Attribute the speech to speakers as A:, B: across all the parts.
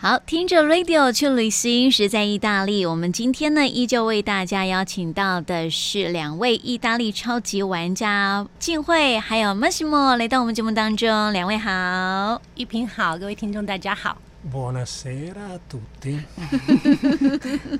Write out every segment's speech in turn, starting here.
A: 好，听着 Radio 去旅行，是在意大利。我们今天呢，依旧为大家邀请到的是两位意大利超级玩家静慧还有 Massimo 来到我们节目当中，两位好。
B: 玉萍好，各位听众大家好
C: Buonasera a tutti，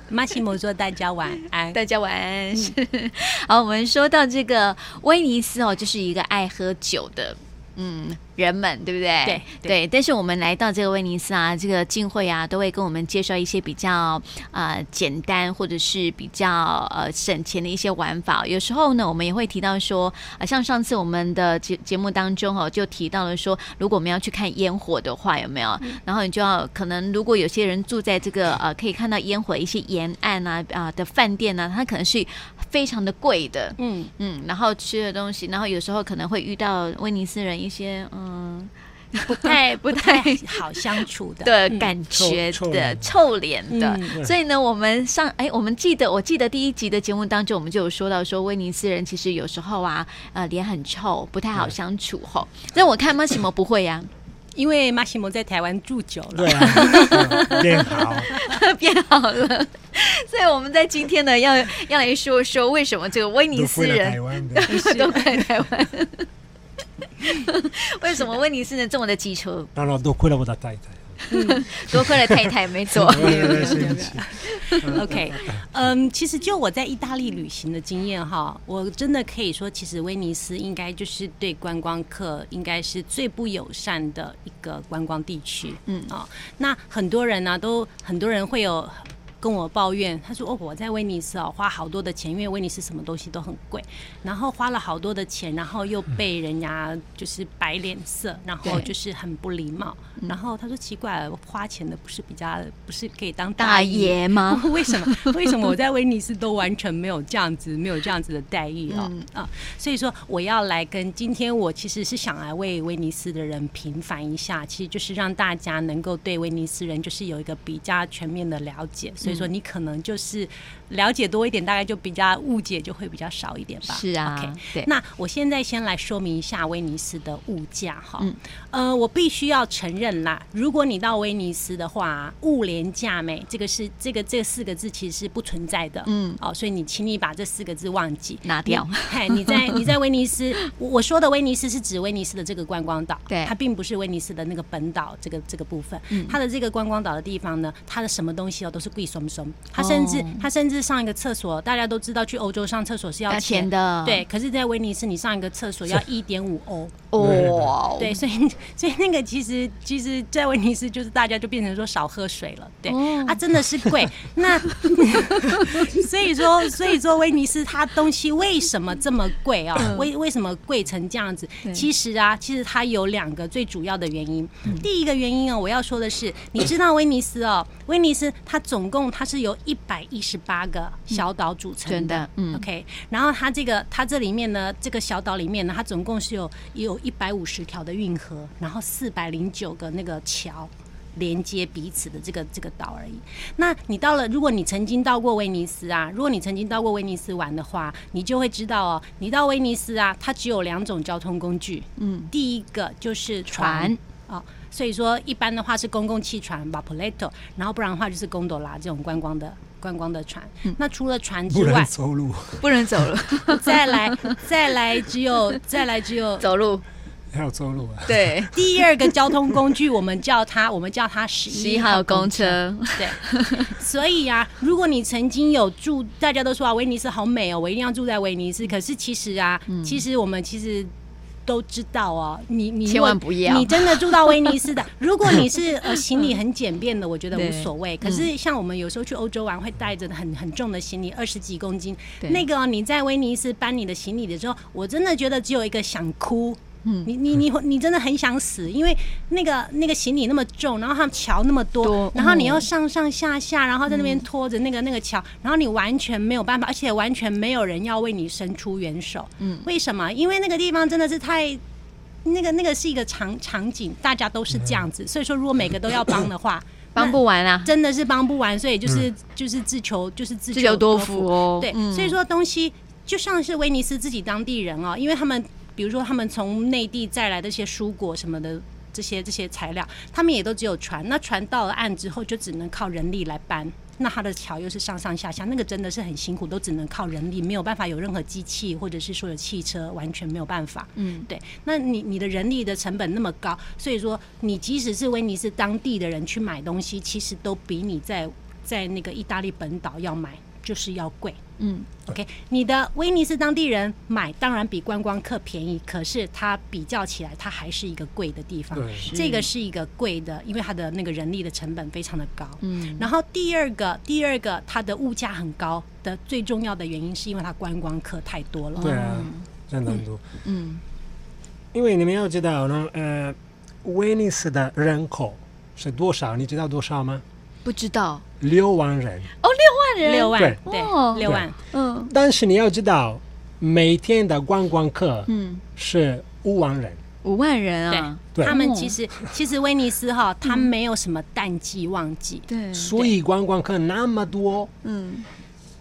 B: 马西姆说大家晚安。
A: 大家晚安。是， 好，我们说到这个威尼斯哦，就是一个爱喝酒的。嗯，人们对不对？
B: 对对
A: 对，但是我们来到这个威尼斯啊，这个进会啊，都会跟我们介绍一些比较呃简单或者是比较呃省钱的一些玩法。有时候呢，我们也会提到说，啊，像上次我们的节节目当中哦，就提到了说，如果我们要去看烟火的话，有没有？
B: 嗯
A: 然后你就要可能，如果有些人住在这个呃可以看到烟火一些沿岸啊啊、的饭店呢、啊，它可能是非常的贵的，
B: 嗯，
A: 嗯，然后吃的东西，然后有时候可能会遇到威尼斯人一些嗯不太 不太
B: 好相处的。
A: 的
B: 嗯
A: 感觉
C: 臭
A: 的
C: 脸
A: 臭脸的，
B: 嗯
A: 所以呢，我们上哎，我们记得我记得第一集的节目当中，我们就有说到说威尼斯人其实有时候啊呃脸很臭，不太好相处吼。但我看 Massimo 不会啊 呀、
B: 因为马西姆在台湾住久了，
C: 对 啊，嗯变好，
A: 变好了，所以我们在今天呢要要来说说为什么这个威尼
C: 都
A: 斯
C: 回
A: 人
C: 了台湾 的，
A: 都怪台湾。为什么威尼斯人这么的机车？
C: 然后都回了我的太太，
A: 多亏了太太，没错。
C: 我也在生气
B: OK，嗯，其实就我在意大利旅行的经验哈，我真的可以说，其实威尼斯应该就是对观光客应该是最不友善的一个观光地区。
A: 嗯
B: 哦，那很多人呢、都很多人会有。跟我抱怨，他说：“哦，我在威尼斯哦，花好多的钱，因为威尼斯什么东西都很贵，然后花了好多的钱，然后又被人家就是摆脸色，然后
A: 对嗯
B: 就是很不礼貌。然后他说奇怪了，花钱的不是比较不是可以当
A: 大
B: 爷
A: 爷 吗？
B: 为 什么？为什么我在威尼斯都完全没有这样子，没有这样子的待遇哦、
A: 嗯
B: 啊！所以说，我要来跟今天我其实是想来为威尼斯的人平反一下，其实就是让大家能够对威尼斯人就是有一个比较全面的了解。所以说，你可能就是了解多一点，大概就比较误解就会比较少一点吧。
A: 是啊
B: OK，
A: 对
B: 那我现在先来说明一下威尼斯的物价哈。
A: 嗯
B: 呃，我必须要承认啦，如果你到威尼斯的话，物廉价美这个是这个这四个字其实是不存在的。
A: 嗯，
B: 哦，所以你请你把这四个字忘记。
A: 拿掉
B: 你。嘿，你在 你在威尼斯，我我说的威尼斯是指威尼斯的这个观光岛，
A: 对嗯
B: 它并不是威尼斯的那个本岛这个这个部分。它的这个观光岛的地方呢，它的什么东西哦都是贵松松，它甚至、
A: 哦
B: 它甚至上一个厕所，大家都知道去欧洲上厕所是要
A: 要
B: 钱
A: 钱的
B: 对。可是，在威尼斯你上一个厕所要一点五欧，
A: 哦，
B: 对，所以 所以那个其实其实，在威尼斯就是大家就变成说少喝水了，对、
A: 哦
B: 啊，真的是贵。那 所以说所以说威尼斯它东西为什么这么贵啊、为为什么贵成这样子
A: 嗯对？
B: 其实啊，其实它有两个最主要的原因。
A: 嗯
B: 第一个原因哦，我要说的是，你知道威尼斯哦，威尼斯它总共它是由一百一十八个小岛组成
A: 真的嗯
B: OK，然后它这个它这里面呢，这个小岛里面呢，它总共是有有一百五十条的运河，然后四百零九个那个桥。连接彼此的这个这个岛而已。那你到了，如果你曾经到过威尼斯啊，如果你曾经到过威尼斯玩的话，你就会知道哦，你到威尼斯啊，它只有两种交通工具，
A: 嗯，
B: 第一个就是船
A: 船
B: 哦，所以说一般的话是公共汽船 v a p o l e t o 然后不然的话就是 gondola 这种观光的观光的船。
A: 嗯
B: 那除了船
C: 不
B: 之
C: 能
B: 外，
C: 走路，
A: 不 能走了，
B: 再来再来只有再来只有
A: 走路。
C: 要走路啊，
A: 对，
B: 第二个交通工具，我们叫它我们叫它十
A: 十
B: 一
A: 一号公
B: 公
A: 车，
B: 对，所以啊，如果你曾经有住，大家都说啊，威尼斯好美哦，我一定要住在威尼斯。可是其实啊，
A: 嗯
B: 其实我们其实。都知道哦，你你如
A: 千
B: 果
A: 万不要
B: 你真的住到威尼斯 的，如果你是呃行李很简便的，我觉得
A: 嗯对
B: 无所谓。可是像我们有时候去欧洲玩，会带着很很重的行李，二十几公斤。
A: 对
B: 那个哦、你在威尼斯搬你的行李的时候，我真的觉得只有一个想哭。嗯，你你你你真的很想死，因为那个那个行李那么重，然后他们桥那么多，
A: 多嗯
B: 然后你
A: 哦
B: 又上上下下，然后在那边拖着那个、那个桥，然后你完全没有办法，而且完全没有人要为你伸出援手。
A: 嗯，
B: 嗯，为什么？因为那个地方真的是太。那个那个是一个场场景，大家都是这样子，所以说如果每个都要帮的话
A: 帮不完啊
B: 那，真的是帮不完，所以就是、就是自求就是自
A: 嗯自求多
B: 多
A: 福哦。
B: 对，
A: 嗯
B: 所以说东西就像是威尼斯自己当地人哦，因为他们比如说他们从内地再来的一些蔬果什么的。这些这些材料，他们也都只有船。那船到了岸之后，就只能靠人力来搬。那它的桥又是上上下下，那个真的是很辛苦，都只能靠人力，没有办法有任何机器或者是说有汽车，完全没有办法。
A: 嗯，
B: 对，那你你的人力的成本那么高，所以说你即使是威尼斯当地的人去买东西，其实都比你在在那个意大利本岛要买就是要贵。
A: 嗯，
B: OK，你的威尼斯当地人买当然比观光客便宜，可是它比较起来，它还是一个贵的地方。
C: 对，
B: 这个是一个贵的，因为它的那个人力的成本非常的高。
A: 嗯，
B: 然后第二个，第二个它的物价很高的最重要的原因，是因为它观光客太多了。
C: 对啊，真的很多。
A: 嗯，
C: 因为你们要知道呢，呃，威尼斯的人口是多少？你知道多少吗？
A: 不知道
C: 六万人。
A: 哦，六万人，
B: 嗯六万，
C: 对
B: 对
A: 哦，
B: 六万，
A: 嗯
C: 但是你要知道，每天的观光客
A: 嗯，
C: 是五万人。
A: 五万人啊，
C: 对哦
B: 他们其实其实威尼斯哈，它没有什么淡季旺季，
A: 对，
C: 所以观光客那么多，
A: 嗯，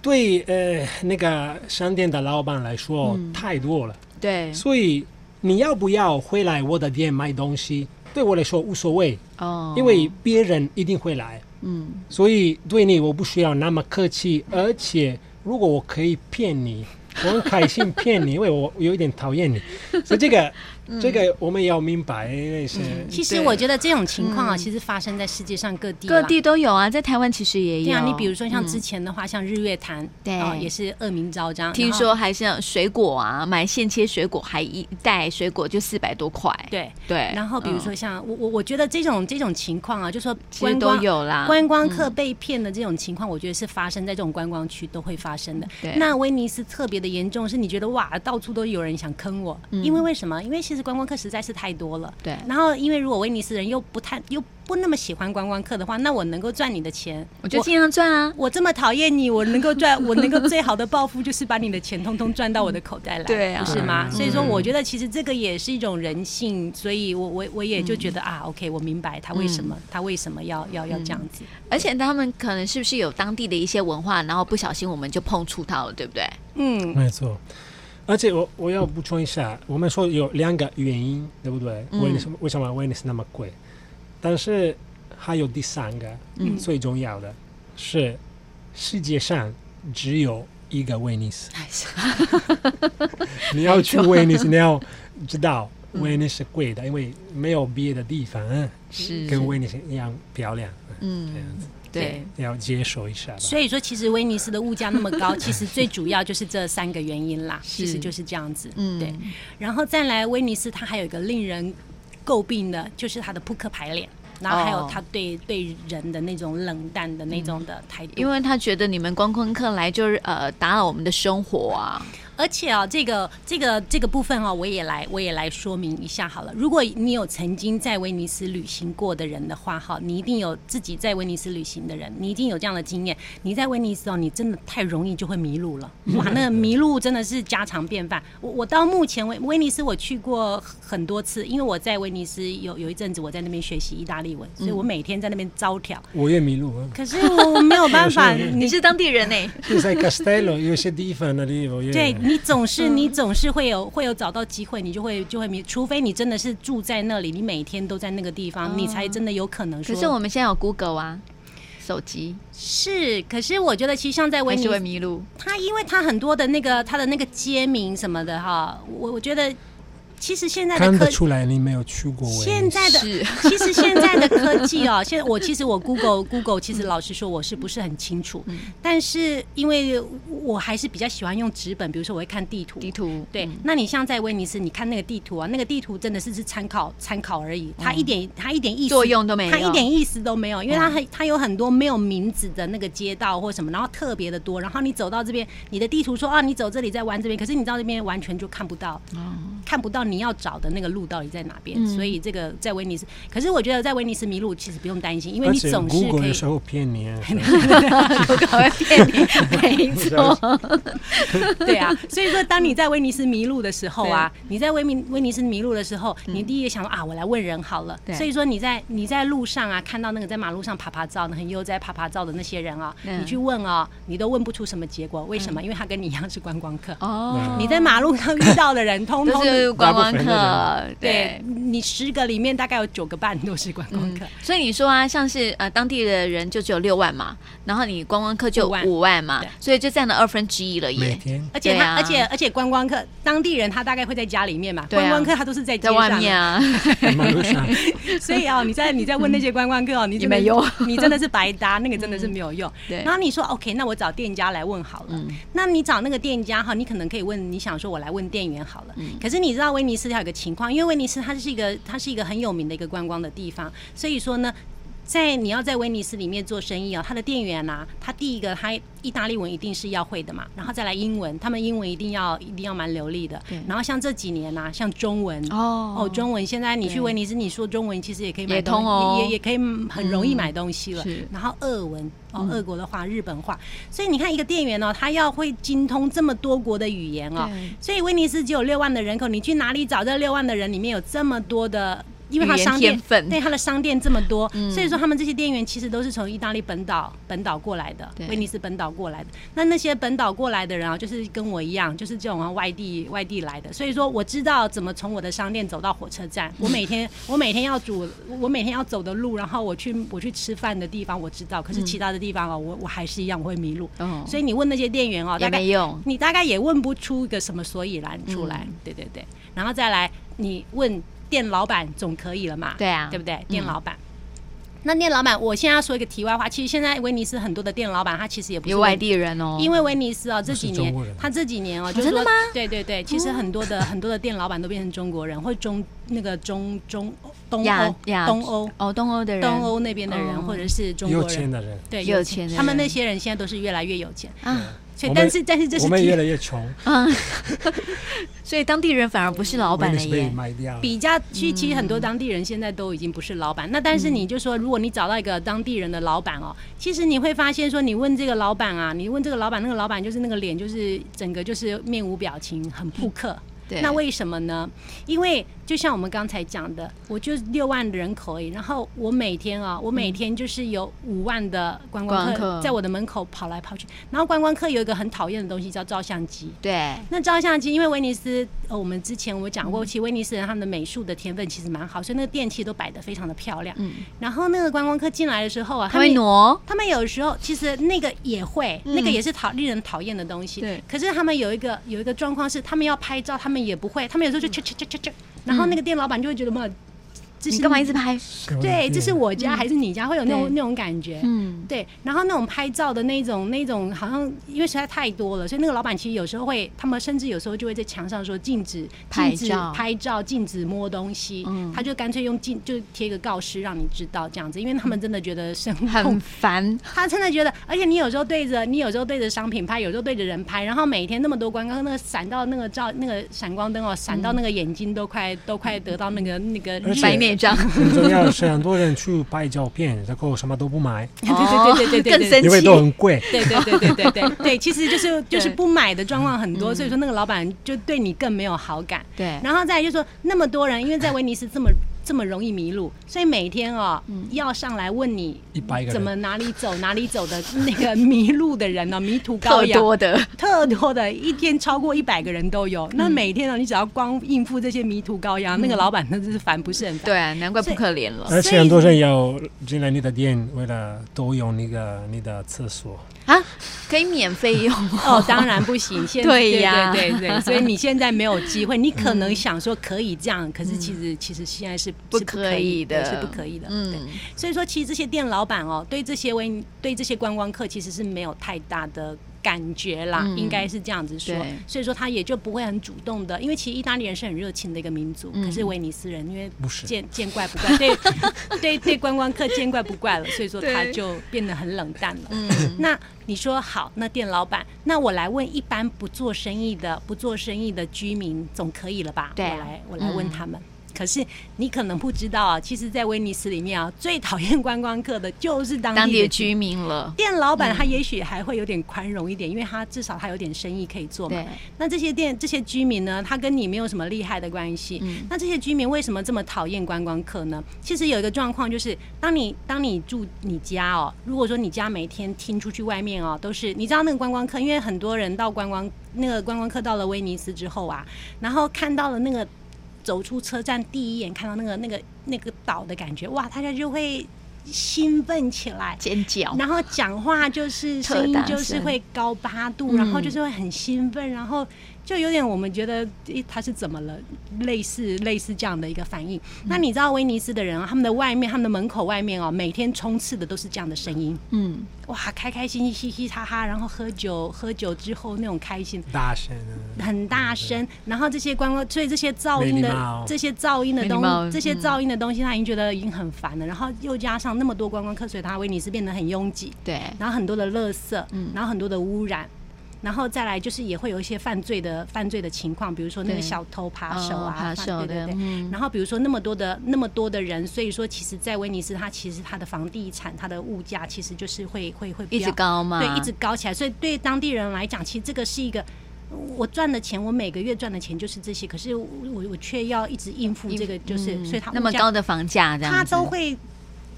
C: 对呃那个商店的老板来说、太多了。
A: 嗯对，
C: 所以你要不要回来我的店买东西，对我来说无所谓，
A: 哦，
C: 因为别人一定会来，
A: 嗯，
C: 所以对你我不需要那么客气。而且如果我可以 骗你，我很开心骗你，因为我有一点讨厌你。所以 这个
A: 嗯
C: 这个我们要明白，因为是
B: 其实
A: 对
B: 我觉得这种情况啊，
C: 嗯
B: 其实发生在世界上各地啦
A: 各地都有啊，在台湾其实也有。
B: 对啊，你比如说像之前的话，像日月潭，
A: 嗯对
B: 哦也是恶名昭彰。
A: 听
B: 然后
A: 说还像水果啊，买现切水果还一袋水果就四百多块。
B: 对，
A: 对，
B: 然后比如
A: 嗯
B: 说像我我我觉得这种这种情况啊，就说
A: 其实
B: 观
A: 都
B: 光
A: 有啊嗯啦，
B: 观光客被骗的这种情况，我觉得是发生在这种观光区都会发生的。
A: 对
B: 那威尼斯特别的严重，是你觉得哇，到处都有人想坑我，
A: 嗯
B: 因为为什么？因为其实观光客实在是太多了。
A: 对
B: 然后，因为如果威尼斯人又不太又不那么喜欢观光客的话，那我能够赚你的钱，
A: 我就尽量赚啊。
B: 我这么讨厌你，我能够赚，我能够最好的报复就是把你的钱通通赚到我的口袋来，
A: 对啊
B: 不是吗？
C: 嗯
B: 所以说，我觉得其实这个也是一种人性，所以我我我也就觉得、啊，OK，我明白他为什么、
A: 嗯
B: 他为什么要要要这样子。
A: 而且他们可能是不是有当地的一些文化，然后不小心我们就碰触到了，对不对？
B: 嗯，
C: 没错。而且我我要补充一下，我们说有两个原因，对不对？
A: 嗯
C: 威尼斯为什么威尼斯那么贵？但是还有第三个，
A: 嗯
C: 最重要的是世界上只有一个威尼斯。
B: 哎
C: 你要去威尼斯，你要知 道
B: 嗯
C: 威尼斯贵的，因为没有别的地方嗯
A: 是
C: 跟威尼斯一样漂亮，这
A: 嗯
C: 样，子
A: 对，
C: 要接受一下吧。
B: 所以说，其实威尼斯的物价那么 高，其实最主要就是这三个原因啦，其实就是这样子。
A: 嗯，
B: 对，然后再来，威尼斯它还有一个令人诟病的，就是它的扑克牌脸。然后还有
A: 哦
B: 他对、对人的那种冷淡的那种的态度，
A: 因为他觉得你们观光客来就是呃打扰我们的生活啊，
B: 而且啊，这个这个这个部分啊，我也来我也来说明一下好了。如果你有曾经在威尼斯旅行过的人的话，哈，你一定有自己在威尼斯旅行的人，你一定有这样的经验。你在威尼斯哦，你真的太容易就会迷路了，哇，那个迷路真的是家常便饭。我我到目前为威尼斯我去过很多次，因为我在威尼斯有有一阵子我在那边学习意大利文，所以我每天在那边招条。
C: 我也迷路了。
B: 嗯可是我没有办法，
C: 有时候
A: 你
B: 你
A: 是当地人呢、欸
C: 就在 Castello 有些地方那里，我也
B: 对你总是
A: 嗯
B: 你总是会有会有找到机会，你就会就会迷，除非你真的是住在那里，你每天都在那个地方，你才真的有可能
A: 嗯
B: 说。
A: 可是我们现在有 Google 啊，手机
B: 是，可是我觉得其实像在威
A: 还
B: 尼
A: 是会
B: 斯，
A: 迷路。
B: 它因为它很多的那个它的那个街名什么的哈，我我觉得其实现在的
C: 看
B: 科
C: 得出来你没有去过威尼斯。
B: 现在的
A: 是，
B: 其实现在的科技哦， 现在我其实我 Google Google，其实老实说我是不是很清楚，
A: 嗯
B: 但是因为我还是比较喜欢用纸本，比如说我会看地图，
A: 地 图
B: 对，
A: 嗯
B: 那你像在威尼斯，你看那个地图啊，那个地图真的是是参考参考而已，它一点、它一点意思
A: 嗯作用都没有嗯
B: 它一点意思都没有，因为它很它有很多没有名字的那个街道或什么，然后特别的多，然后你走到这边，你的地图说啊，你走这里再弯这边，可是你到这边完全就看不到，
A: 哦
B: 看不到你要找的那个路到底在哪边，所以这个在威尼斯，可是我觉得在威尼斯迷路其实不用担心，因为
C: 而
B: 你
C: 且
B: 总是
C: Google
B: 可以
C: 有时候骗你啊，
A: Google 会骗 你，没错，
B: 对啊，所以说当你在威尼斯迷路的时候啊，你在威尼威尼斯迷路的时候，你第一个想说啊，我来问人好了
A: 嗯对。
B: 所以说你在你在路上啊，看到那个在马路上爬爬照、很悠哉爬爬照的那些人啊，
A: 嗯
B: 你去问啊，你都问不出什么结果，为什么？因为他跟你一样是观光客。
A: 哦，
B: 你在马路上遇到的人，通
A: 都
B: 通
A: 是观光
C: 部分的
A: 客，对。
B: 你十个里面大概有九个半都是观光客。
A: 嗯所以你说啊，像是呃当地的人就只有六万嘛，然后你观光客就
B: 五万
A: 五万嘛
B: 对，
A: 所以就占了二分之一了
C: 每
A: 耶。
C: 天
B: 而且
A: 对
B: 他，
A: 啊
B: 而且而且观光客，当地人他大概会在家里面嘛，
A: 对啊
B: 观光客他都是在街
A: 在
B: 上
A: 外
B: 啊
A: 面啊，
C: 马路上
B: 所以啊、你在你在问那些观光客哦，你真 的
A: 也没用，
B: 你真的是白搭，那个真的是没有用。
A: 对嗯
B: 然后你说 OK，那我找店家来问好了。那你找那个店家哈，你可能可以问，你想说我来问店员好了。
A: 嗯
B: 可是你知道威尼斯它有个情况，因为威尼斯它是一个它是一个很有名的一个观光的地方，所以说呢。在你要在威尼斯里面做生意哦，他的店员啊，他第一个他意大利文一定是要会的嘛，然后再来英文，他们英文一定要一定要蛮流利的
A: 对。
B: 然后像这几年啊，像中文
A: 哦
B: 哦，中文现在你去
A: 对
B: 威尼斯，你说中文其实也可以
A: 也
B: 买
A: 通
B: 东
A: 哦
B: 也也也可以很容易买东西了。
A: 嗯是
B: 然后俄文哦，俄国的话、日本话，所以你看一个店员哦，他要会精通这么多国的语言哦
A: 对。
B: 所以威尼斯只有六万的人口，你去哪里找这六万的人里面有这么多的？因为他
A: 语言
B: 商店
A: 天分嗯
B: 对他的商店这么多，所以说他们这些店员其实都是从意大利本岛本岛过来的
A: 对，
B: 威尼斯本岛过来的。那那些本岛过来的人啊，就是跟我一样，就是这种啊外地外地来的，所以说我知道怎么从我的商店走到火车站。我每天 我每天要煮，我每天要走的路，然后我去我去吃饭的地方我知道，可是其他的地方啊，我我还是一样我会迷路。
A: 哦
B: 所以你问那些店员哦，
A: 也
B: 大概
A: 没用。
B: 你大概也问不出一个什么所以然出来，
A: 嗯
B: 对对对，然后再来你问店老板总可以了嘛，
A: 对啊
B: 对不对？店老板。那店老板，我现在要说一个题外话，其实现在威尼斯很多的店老板，他其实也不是
A: 有外地人哦，
B: 因为威尼斯哦，这几
C: 是中
B: 年
C: 国人
B: 他这几年哦，就
A: 真的
B: 说
A: 吗？
B: 对对对，其实很多的、很多的店老板都变成中国人，或中那个中中东
A: 亚
B: 欧
A: 亚
B: 东欧
A: 哦东欧的人，
B: 东欧那边的人，
A: 哦
B: 或者是中
C: 有
B: 国
C: 钱
B: 人，
C: 的人，
B: 对
A: 有钱的
B: 他们
A: 人
B: 那些人现在都是越来越有钱，
A: 啊，
B: 所以
C: 我们
B: 但是但是这是
C: 我们
B: 题
C: 越来越穷，
A: 所以当地人反而不是老
C: 老
A: 板了
C: 被
A: 耶。
C: 卖掉，
B: 比较其其实很多当地人现在都已经不是老板，那但是你就说，如果你找到一个当地人的老板哦，其实你会发现说，你问这个老板啊，你问这个老板，那个老板就是那个脸就是整个就是面无表情，很扑克。
A: 对，
B: 那为什么呢？因为就像我们刚才讲的，我就六万人口而已，然后我每天啊，我每天就是有五万的观光
A: 观光客
B: 客在我的门口跑来跑去，然后观光客有一个很讨厌的东西叫照相机。
A: 对
B: 那照相机，因为威尼斯，呃，我们之前我讲过，其实威尼斯人他们的美术的天分其实蛮好，所以那个电器都摆得非常的漂亮。
A: 嗯
B: 然后那个观光客进来的时候啊，
A: 他会挪，
B: 他们有时候其实那个也会，
A: 嗯
B: 那个也是讨令人讨厌的东西。
A: 对。
B: 可是他们有一个有一个状况是，他们要拍照，他们也不会，他们有时候就切切切切切，然后那个店老板就会觉得嘛，这
A: 你
B: 是
A: 干嘛一直拍？
C: 是我的
B: 对，
C: 店
B: 这是我家还是你家，会有那种
A: 对
B: 那种感觉。
A: 嗯，
B: 对，然后那种拍照的那种那种，好像因为实在太多了，所以那个老板其实有时候会，他们甚至有时候就会在墙上说禁止
A: 拍
B: 禁止
A: 照
B: 拍照、禁止摸东西，
A: 嗯
B: 他就干脆用禁就贴一个告示让你知道这样子，因为他们真的觉得生
A: 嗯很
B: 痛。
A: 烦，
B: 他真的觉得，而且你有时候对着你有时候对着商品拍，有时候对着人拍，然后每天那么多光光，那个闪到那个照那个闪光灯哦，闪到那个眼睛都快、都快得到那个那个
C: 而且
A: 白内 障，
C: 很重要，是很多人去拍照片，然后什么都 不买，
B: 对对对对对对
A: 更
B: 对
A: 生
C: 因为
A: 气
C: 都。很贵。
B: 对对对对 对对对，其实就是就是
A: 对嗯
B: 不买的状况很多，所以说那个老板就对你更没有好感。
A: 对，
B: 然后再来就说那么多人，因为在威尼斯这么这么容易迷路，所以每天哦、
A: 嗯
B: 要上来问你
C: 100个人
B: 怎么哪里走哪里走的那个迷路的人呢、哦迷途 羔
A: 特
B: 羊
A: 多的，
B: 特多的，一天超过一百个人都有。
A: 嗯
B: 那每天呢、你只要光应付这些迷途羔羊，那个老板那真是烦不胜烦。
A: 对啊，难怪不可怜了
C: 而且很多人要进来你的店，为了都用那个你的厕所。
A: 啊！可以免费用
B: 哦，当然 不行，现
A: 对呀
B: 对对 对对，所以你现在没有机会，你可能想说可以这样，可是其实其实现在是
A: 嗯不
B: 是
A: 可以的
B: 对是不可以的，嗯。
A: 嗯，
B: 所以说，其实这些店老板哦，对这些微对这些观光客其实是没有太大的。感觉啦，
A: 嗯
B: 应该是这样子说
A: 对，
B: 所以说他也就不会很主动的，因为其实意大利人是很热情的一个民族，
A: 嗯
B: 可是威尼斯人因为
C: 不是
B: 见见怪不怪，对 对对，观光客见怪不怪了，所以说他
A: 对
B: 就变得很冷淡了。
A: 嗯
B: 那你说好，那店老板，那我来问一般不做生意的、不做生意的居民总可以了吧？
A: 对啊
B: 我来我来问
A: 嗯
B: 他们。可是你可能不知道啊，其实，在威尼斯里面啊，最讨厌观光客的就是当
A: 当地
B: 地
A: 的
B: 的
A: 居民嗯了，
B: 店老板，他也许还会有点宽容一点，因为他至少他有点生意可以做嘛
A: 对。
B: 那这些店这些居民呢，他跟你没有什么厉害的关系。那这些居民为什么这么讨厌观光客呢？其实有一个状况就是，当你当你住你家哦，如果说你家每天听出去外面哦，都是你知道那个观光客，因为很多人到观光那个观光客到了威尼斯之后啊，然后看到了那个。走出车站第一眼看到那个那个那个岛的感觉，哇，大家就会兴奋起来，
A: 尖叫，
B: 然后讲话就是
A: 特
B: 声音
A: 大
B: 就是
A: 声
B: 会高八度，然后
A: 嗯
B: 就是会很兴奋，然后就有点我们觉得诶他是怎么了，类似类似这样的一个反应。那你知道威尼斯的人啊，他们的外面，他们的门口外面哦，每天充斥的都是这样的声音，
A: 嗯，
B: 哇，开开心心嘻嘻哈哈，然后喝酒喝酒之后那种开心。
C: 大声 啊，
B: 很大声，然后这些观光，所以这些噪音
C: 没礼貌
B: 的这些噪音的
A: 没礼貌
B: 东，这些
A: 嗯
B: 噪音的东西，他已经觉得已经很烦了。然后又加上那么多观光客，所以他威尼斯变得很拥挤。
A: 对，
B: 然后很多的垃圾，
A: 嗯
B: 然后很多的污染，然后再来就是也会有一些犯罪的犯罪的情况，比如说那
A: 对
B: 个小偷扒手
A: 哦
B: 啊，
A: 扒
B: 犯
A: 手
B: 对
A: 的
B: 对对。
A: 嗯
B: 然后比如说那么多的那么多的人，所以说其实，在威尼斯，它其实它的房地产、它的物价其实就是会会会
A: 一
B: 比
A: 直
B: 较
A: 高嘛，
B: 对，一直高起来。所以对当地人来讲，其实这个是一个。我赚的钱，我每个月赚的钱就是这些，可是我我我却要一直应付这个，就是、
A: 嗯
B: 所以它
A: 那么
B: 物价
A: 高的房价这样子，
B: 他都会。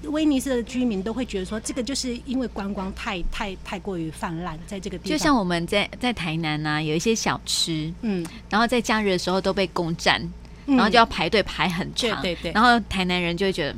B: 威尼斯的居民都会觉得说，这个就是因为观光太太太过于泛滥，在这个地方，
A: 就像我们在在台南呐、有一些小吃，
B: 嗯，
A: 然后在假日的时候都被攻占，
B: 嗯
A: 然后就要排队排很长，
B: 对对对
A: 然后台南人就会觉得，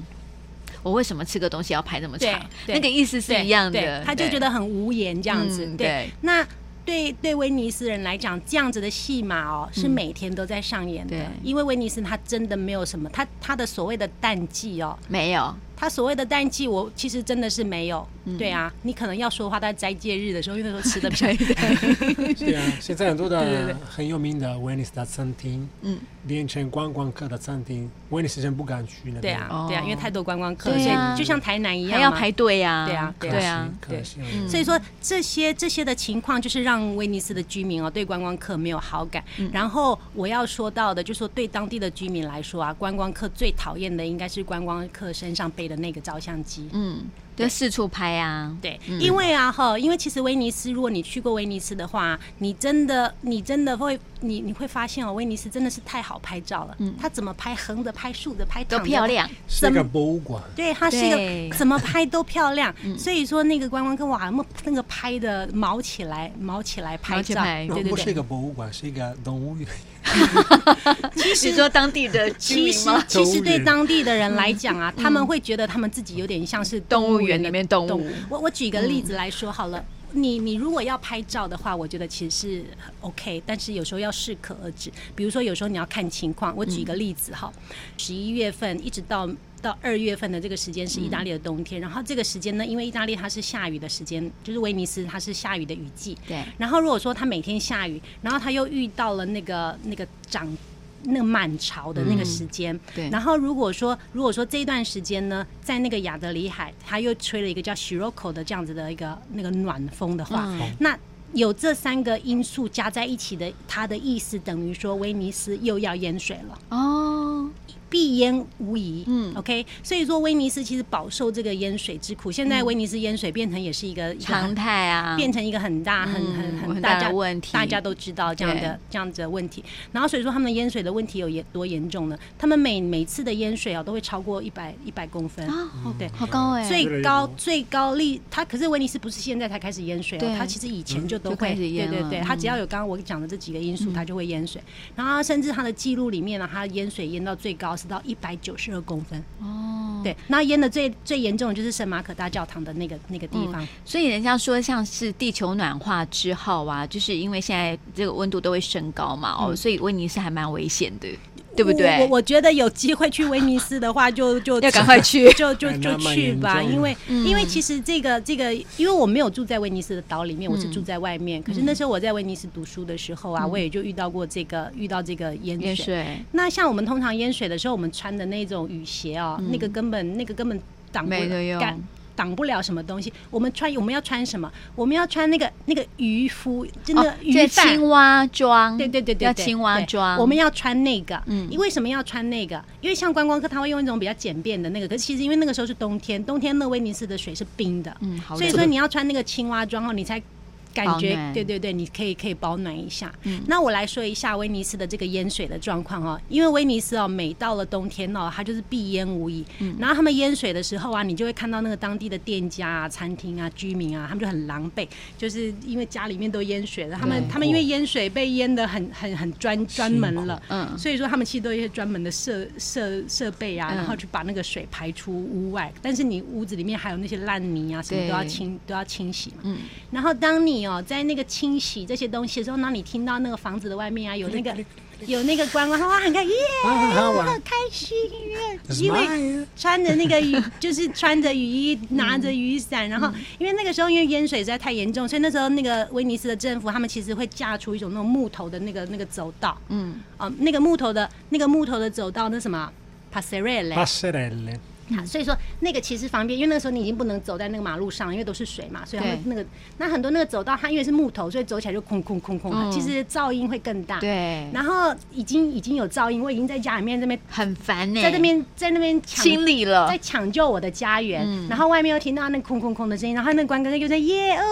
A: 我为什么吃个东西要排这么长？
B: 对对
A: 那个意思是一样
B: 对
A: 的
B: 对，他就
A: 对
B: 觉得很无言这样子。
A: 嗯
B: 对，
A: 对
B: 那对对威尼斯人来讲，这样子的戏码哦，是每天都在上演的，
A: 嗯对
B: 因为威尼斯它真的没有什么，它它的所谓的淡季哦，
A: 没 有，
B: 他所谓的淡季，我其实真的是没有。
A: 嗯
B: 对啊，你可能要说话，在斋戒日的时候，因为那时候吃的比 较
C: 对啊，现在很多
A: 对对
C: 的很有名的威尼斯的餐厅，
A: 嗯，
C: 连成观光客的餐厅，威尼斯人不敢去那边，
B: 对啊，对啊，因为太多观光客，
A: 对
B: 所
A: 啊
B: 以就像台南一样
A: 还要
B: 嘛
A: 排队呀、
B: 对啊嗯
C: 可
B: 对
C: 惜，
A: 对啊，
C: 可惜，嗯
B: 所以说这些这些的情况，就是让威尼斯的居民哦对观光客没有好感。
A: 嗯
B: 然后我要说到的，就是说对当地的居民来说啊，观光客最讨厌的应该是观光客身上背的那个照相机。
A: 嗯，就四处拍啊，
B: 对，
A: 嗯
B: 因为啊哈，因为其实威尼斯，如果你去过威尼斯的话，你真的你真的会你你会发现哦，威尼斯真的是太好拍照了。嗯，它怎么拍，横的拍，竖的拍，
A: 都
B: 躺着
A: 漂
B: 拍
A: 亮，
C: 是一个
B: 什么
C: 博物馆，
B: 对，它是一
A: 对
B: 个怎么拍都漂亮，所以说那个观光客哇，那么那个拍的毛起来，毛起来拍
A: 毛起
B: 照，
A: 来
B: 对对
C: 不是
B: 对。
C: 一个博物馆，是一个动物园，
A: 其实说当地的居
B: 其
A: 民
B: 实
A: 吗？嗯
B: 其实对
C: 动物园
B: 当地的人来讲啊，他们会觉得他们自己有点像是
A: 动物园
B: 的
A: 里面动物嗯
B: 我我举一个例子来说好了。你你如果要拍照的话，我觉得其实是 OK，但是有时候要适可而止。比如说，有时候你要看情况。
A: 嗯
B: 我举一个例子哈，十一月份一直到到二月份的这个时间是
A: 嗯
B: 意大利的冬天，然后这个时间呢，因为意大利它是下雨的时间，就是威尼斯它是下雨的雨季。
A: 对
B: 然后如果说它每天下雨，然后它又遇到了那个那个涨那个满潮的那个时间，
A: 嗯对
B: 然后如果说如果说这一段时间呢，在那个亚德里海，它又吹了一个叫 Shiroko 的这样子的一个那个暖风的话，
A: 嗯
B: 那。有这三个因素加在一起的，它的意思等于说威尼斯又要淹水了。
A: 哦，
B: 必淹无疑。
A: 嗯
B: 嗯，OK，所以说威尼斯其实饱受这个淹水之苦。现在威尼斯淹水变成也是一个一
A: 嗯
B: 个
A: 常态啊，
B: 变成一个很大、很
A: 嗯
B: 很
A: 很
B: 很
A: 大
B: 大
A: 的
B: 家
A: 问题
B: 大家都知道这样
A: 对
B: 的这样子的问题。然后所以说他们的淹水的问题有严多严重呢？他们每每次的淹水啊都会超过一百一百公分。
A: 啊，好
B: 对
A: 好高哎、
B: 最
C: 越来
B: 嗯
C: 越
B: 高
C: 多
B: 最高利，它可是威尼斯不是现在才开始淹水
A: 对嗯
B: 哦，它其实以前就都
A: 就开
B: 会，
A: 始淹
B: 对对
A: 了嗯
B: 对，它只要有刚刚我讲的这几个因素，它就会淹水。然后甚至它的记录里面呢，它淹水淹到最高是到一百九十二公分，
A: 哦，
B: 对。那淹的最最严重的就是圣马可大教堂的那个那个地
A: 嗯
B: 方，
A: 所以人家说，像是地球暖化之后啊，就是因为现在这个温度都会升高嘛，哦，所以威尼斯还蛮危险的，对不对？
B: 嗯我我我觉得有机会去威尼斯的话，就就
A: 要赶快去 嗯
B: 就就
C: 哎那
B: 就
C: 蛮
B: 去
C: 严
B: 吧，
C: 重的
B: 因为因为其实这个这个，因为我没有住在威尼斯的岛里面，
A: 嗯
B: 我是住在外面。可是那时候我在威尼斯读书的时候啊，我也就遇到过这个遇到这个淹
A: 淹
B: 水。
A: 水
B: 那像我们通常淹水的时候，我们穿的那种雨鞋哦，那个根本那个根本挡不
A: 嗯没得
B: 了
A: 用，
B: 干挡不了什么东西。我们穿我们要穿什么？我们要穿那个那个渔夫，真的渔
A: 这
B: 贩。
A: 哦青蛙装，
B: 对对对对对，
A: 要青蛙
B: 对
A: 装，
B: 我们要穿那个，
A: 嗯
B: 嗯，为什么要穿那个？因为像观光客他会用一种比较简便的那个，可是其实因为那个时候是冬天，冬天那威尼斯的水是冰的，
A: 嗯，好
B: 所以
A: 冷
B: 说你要穿那个青蛙装后，你才感觉
A: 保暖
B: 对对对，你可以可以保暖一下。
A: 嗯
B: 那我来说一下威尼斯的这个淹水的状况哦，因为威尼斯哦，每到了冬天哦，它就是必淹无疑。
A: 嗯
B: 然后他们淹水的时候啊，你就会看到那个当地的店家啊、餐厅啊、居民啊，他们就很狼狈，就是因为家里面都淹水了，他们
C: 难
B: 他们因为
C: 过
B: 淹水被淹的很很很专专门了。
A: 嗯
B: 所以说他们其实都有一些专门的设设设备啊，
A: 嗯
B: 然后去把那个水排出屋外。但是你屋子里面还有那些烂泥啊，什么都要
A: 对
B: 清都要清洗嘛。
A: 嗯，
B: 然后当你哦在那个清洗这些东西的时候，那你听到那个房子的外面啊有那个有那个观光，哇，很开耶，
C: 啊，好
B: 好
C: 玩，
B: 开心，
C: It's
B: 因为
C: mine
B: 穿着那个雨，就是穿着雨衣，拿着雨伞，然后因为那个时候因为淹水实在太严重，所以那时候那个威尼斯的政府他们其实会架出一种那种木头的那个那个走道，
A: 嗯，
B: 啊、那个木头的那个木头的走道那什么 p a s s e r e l l
C: passerelle，
B: 所以说那个其实方便，因为那个时候你已经不能走在那个马路上，因为都是水嘛，所以他们
A: 对
B: 那个那很多那个走道它因为是木头，所以走起来就空空空空的，
A: 嗯
B: 其实噪音会更大。。
A: 对，
B: 然后已经已经有噪音，我已经在家里面这边
A: 很烦呢、
B: 在那边在那边抢
A: 清理了
B: 在，抢救我的家园，
A: 嗯
B: 然后外面又听到那空空空的声音，然后那关哥哥又在耶哦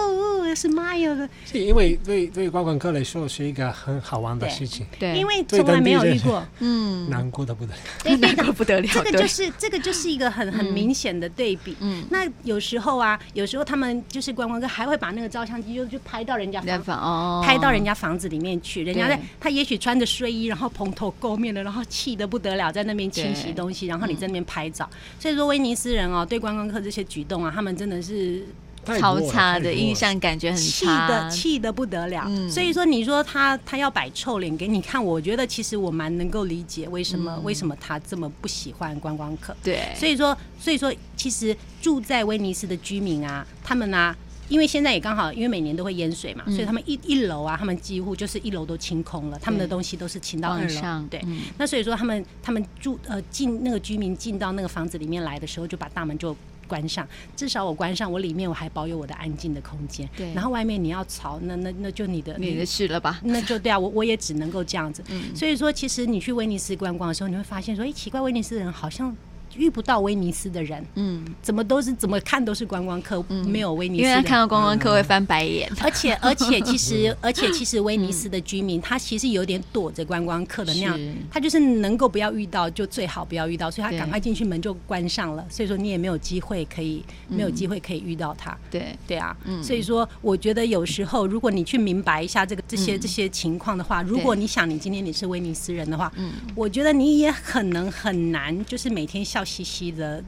B: 哦是妈哟，
C: 是因为对对观光客来说是一个很好玩的
B: 对
C: 事情，
A: 对，
B: 因为从来没有遇过，
A: 嗯，
C: 难过的不得了。
B: 对对
A: 那个不得了，
B: 这个
A: 对
B: 就是这个就是一个很很明显的对比。
A: 嗯
B: 那有时候啊，有时候他们就是观光哥还会把那个照相机就就拍到人家
A: 那
B: 房。
A: 房哦，
B: 拍到人家房子里面去，人家在
A: 对
B: 他也许穿着睡衣，然后蓬头垢面的，然后气得不得了，在那边清洗
A: 对
B: 东西，然后你在那边拍照。所以说，威尼斯人哦，对观光客这些举动啊，他们真的是
C: 太
A: 超
C: 多了
A: 差
C: 太多
A: 的
C: 了
A: 印象，感觉很
B: 气
A: 差
B: 的气的不得了。
A: 嗯
B: 所以说，你说他他要摆臭脸给你看，我觉得其实我蛮能够理解为什么、为什么他这么不喜欢观光客。
A: 对，
B: 所以说，所以说，其实住在威尼斯的居民啊，他们啊，因为现在也刚好，因为每年都会淹水嘛，
A: 嗯
B: 所以他们一一楼啊，他们几乎就是一楼都清空了，他们的东西都是清到二
A: 往
B: 楼
A: 上。
B: 对，
A: 嗯
B: 那所以说他们他们住呃进那个居民进到那个房子里面来的时候，就把大门就。关上，至少我关上，我里面我还保有我的安静的空间。
A: 对
B: 然后外面你要吵，那那那就你的
A: 你的事了吧？
B: 那就对啊，我我也只能够这样子。
A: 嗯
B: 所以说，其实你去威尼斯观光的时候，你会发现说，哎，奇怪，威尼斯人好像遇不到威尼斯的人，
A: 嗯，
B: 怎么都是怎么看都是观光客，没有威尼斯
A: 因为他
B: 人。
A: 看到观光客会翻白眼，
B: 而且而且，其实而且其实威尼斯的居民，他其实有点躲着观光客的那样
A: 是，
B: 他就是能够不要遇到就最好不要遇到，所以他
A: 对
B: 赶快进去门就关上了，所以说你也没有机会可以没有机会可以遇到他。
A: 对，
B: 对啊，
A: 嗯
B: 所以说我觉得有时候，如果你去明白一下这个这
A: 嗯
B: 些、这些情况的话，如果你想你今天你是威尼斯人的话，
A: 嗯
B: 我觉得你也很能很难，就是每天笑嘻嘻的，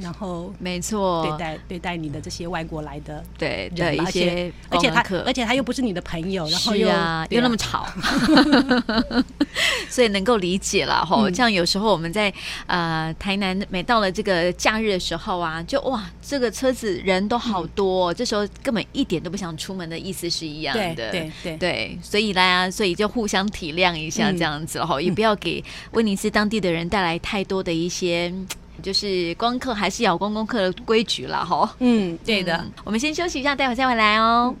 B: 然后
A: 没错，
B: 对待对待你的这些外国来的
A: 对的
B: 人吧，
A: 一
B: 而且
A: 些
B: 而且
A: 观光
B: 他
A: 客
B: 而且他又不是你的朋友，然后
A: 是
B: 又、
A: 啊，
B: 对
A: 又那么吵， 所以能够理解了吼。
B: 嗯
A: 像有时候我们在呃台南，每到了这个假日的时候啊，就哇，这个车子人都
B: 嗯
A: 好多哦、这时候根本一点都不想出门的意思是一样
B: 对
A: 的。
B: 对对
A: 对，所以大家，所以就互相体谅一下，
B: 嗯
A: 这样子哈、也不要给威尼斯当地的人带来太多的一些，就是观光客还是要有观光客的规矩了哈。
B: 嗯，对的。
A: 嗯我们先休息一下，待会再回来哦。